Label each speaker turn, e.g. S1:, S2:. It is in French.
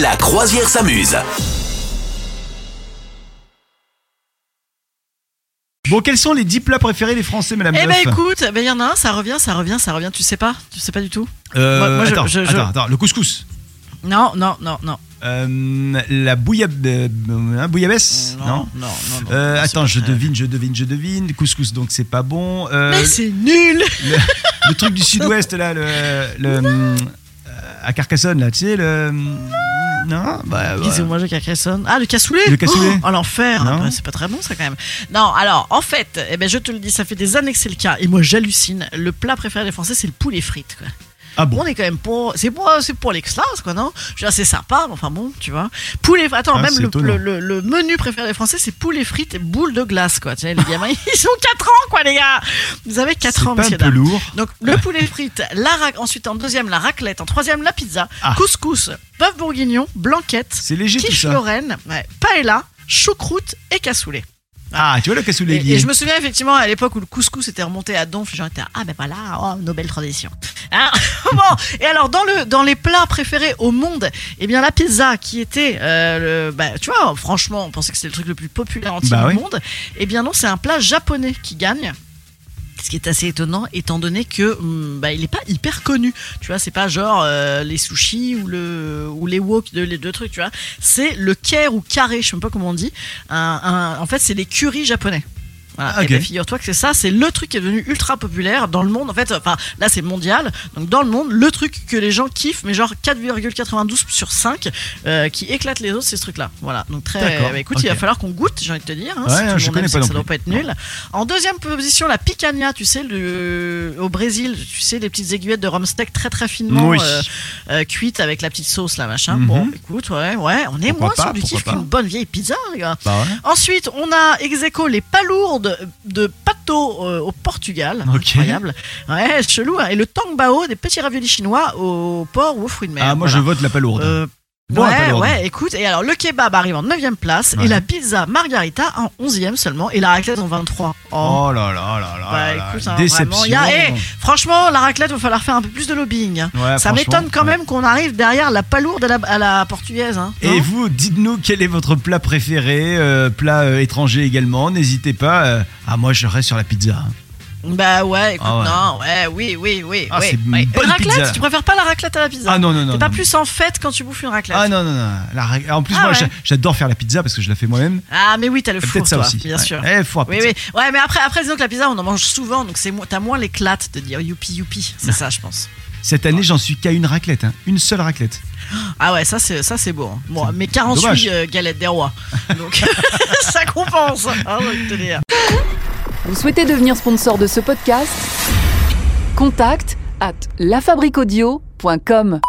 S1: La croisière s'amuse.
S2: Bon, quels sont les 10 plats préférés des Français, madame
S3: Eh ben
S2: Meuf
S3: écoute, ben il y en a un, ça revient, ça revient, ça revient. Tu sais pas, tu sais pas du tout.
S2: Euh,
S3: moi, moi, je-
S2: attends,
S3: je- je-
S2: attends, attends, le couscous.
S3: Non, non, non, non.
S2: Euh, la bouillab... euh, hein, bouillabaisse Non,
S3: Euh, non, non, non.
S2: Euh,
S3: C'est
S2: attends,
S3: pas
S2: je
S3: vrai.
S2: devine, je devine, je devine. Couscous, donc c'est pas bon. Euh,
S3: Mais c'est nul.
S2: Ah le truc du sud-ouest, là, le. le euh, à Carcassonne, là, tu sais, le. Non, bah. voilà.
S3: Ils ont mangé Carcassonne. Ah, le cassoulet
S2: Le cassoulet.
S3: Oh, oh, l'enfer
S2: Non.
S3: Bah, C'est pas très bon, ça, quand même. Non, alors, en fait, eh ben, je te le dis, ça fait des années que c'est le cas. Et moi, j'hallucine. Le plat préféré des Français, c'est le poulet frites, quoi.
S2: Ah bon
S3: On est quand même pour. C'est pour, c'est pour les classes, quoi, non Je veux dire, c'est sympa, mais enfin bon, tu vois. Poulet. Attends,
S2: Ah,
S3: même
S2: c'est
S3: le,
S2: étonnant.
S3: le- le- le menu préféré des Français, c'est poulet frites et boule de glace, quoi. Tu sais, les gamins, ils ont 4 ans, quoi, les gars Vous avez 4 ans,
S2: C'est pas un
S3: monsieur
S2: peu lourd.
S3: donc le poulet frites, la rac- ensuite en deuxième la raclette, en troisième la pizza,
S2: Ah.
S3: couscous, bœuf bourguignon, blanquette,
S2: C'est léger tout
S3: quiche
S2: ça.
S3: lorraine, ouais, paella, choucroute et cassoulet.
S2: Ah, tu vois le cassoulet
S3: Et,
S2: lié.
S3: et je me souviens effectivement à l'époque où le couscous était remonté à donf, les gens étaient ah ben voilà, oh, nos belles traditions. Hein bon, et alors dans le dans les plats préférés au monde, eh bien la pizza qui était, euh, le, bah, tu vois, franchement, on pensait que c'était le truc le plus populaire entier
S2: Bah
S3: du
S2: oui.
S3: monde. Eh bien non, c'est un plat japonais qui gagne. Ce qui est assez étonnant, étant donné que hum, bah, il n'est pas hyper connu. Tu vois, c'est pas genre euh, les sushis ou le ou les wok de les deux trucs. Tu vois, c'est le kare ou carré, je sais même pas comment on dit. Un- un- en fait, c'est les currys japonais. Voilà.
S2: Ah,
S3: Et
S2: ok.
S3: ben, figure-toi que c'est ça, c'est le truc qui est devenu ultra populaire dans le monde. En fait, enfin là c'est mondial, donc dans le monde, le truc que les gens kiffent, mais genre 4,92 sur 5, euh, qui éclate les autres, c'est ce truc-là. Voilà. Donc très.
S2: D'accord.
S3: bah, écoute,
S2: Ok.
S3: il va falloir qu'on goûte, j'ai envie de te dire. hein,
S2: Ouais,
S3: si tout
S2: je
S3: le monde
S2: connais
S3: aime,
S2: pas
S3: c'est que
S2: non
S3: ça doit
S2: plus.
S3: pas être nul. En deuxième position, la picanha, tu sais, le... au Brésil, tu sais, les petites aiguillettes de rumsteak très très finement
S2: Oui.
S3: euh, euh, cuites avec la petite sauce là, machin.
S2: Mhm.
S3: Bon, écoute, ouais, ouais, on est
S2: Pourquoi
S3: moins
S2: pas,
S3: sur du
S2: pourquoi
S3: kiff
S2: pas.
S3: qu'une bonne vieille pizza, les gars.
S2: Bah ouais.
S3: Ensuite, on a ex aequo les palourdes de Pato euh, au Portugal.
S2: Ok.
S3: Incroyable. Ouais, chelou. hein. Et le tangbao des petits raviolis chinois au porc ou aux fruits de mer.
S2: Ah, moi
S3: Voilà.
S2: je vote la palourde.
S3: Euh,
S2: Bon, la
S3: ouais,
S2: palourde.
S3: ouais, écoute, et alors le kebab arrive en 9 place,
S2: Ouais.
S3: et la pizza margarita en 11 seulement, et la raclette en 23. Oh.
S2: Oh là là là là.
S3: Bah,
S2: là là.
S3: écoute, hein,
S2: Déception.
S3: vraiment, il y a- eh, franchement, la raclette, va falloir faire un peu plus de lobbying. hein.
S2: Ouais,
S3: Ça
S2: franchement,
S3: m'étonne quand
S2: ouais.
S3: même qu'on arrive derrière la palourde à la, à la portugaise. hein,
S2: Et
S3: non
S2: vous, dites-nous quel est votre plat préféré, euh, plat euh, étranger également. N'hésitez pas. euh, Ah, moi, je reste sur la pizza. hein.
S3: Bah ouais, écoute,
S2: Ah ouais.
S3: non, ouais, oui, oui, oui.
S2: Ah,
S3: oui,
S2: c'est une
S3: oui.
S2: bonne
S3: Une raclette,
S2: pizza.
S3: tu préfères pas la raclette à la pizza
S2: Ah non, non, non.
S3: T'es pas
S2: non.
S3: plus en fête quand tu bouffes une raclette.
S2: Ah non, non, non. La ra- En plus,
S3: Ah
S2: moi,
S3: ouais.
S2: j'a- j'adore faire la pizza parce que je la fais moi-même.
S3: Ah, mais oui, t'as le
S2: C'est
S3: four,
S2: Peut-être ça
S3: toi,
S2: aussi.
S3: bien
S2: Ouais.
S3: sûr.
S2: Eh, four à
S3: Oui,
S2: pizza.
S3: oui. Ouais, mais après, après, disons que la pizza, on en mange souvent, donc c'est moins- t'as moins l'éclate de dire youpi, youpi. C'est ça, je pense.
S2: Cette année, j'en suis qu'à une raclette. hein. Une seule raclette.
S3: Ah ouais, ça, c'est, ça, c'est beau. hein. Bon,
S2: C'est
S3: mais 48
S2: dommage.
S3: euh, galettes des rois. Donc, ça compense. Hein, je vais te dire.
S4: Vous souhaitez devenir sponsor de ce podcast Contact à lafabriquaudio.com.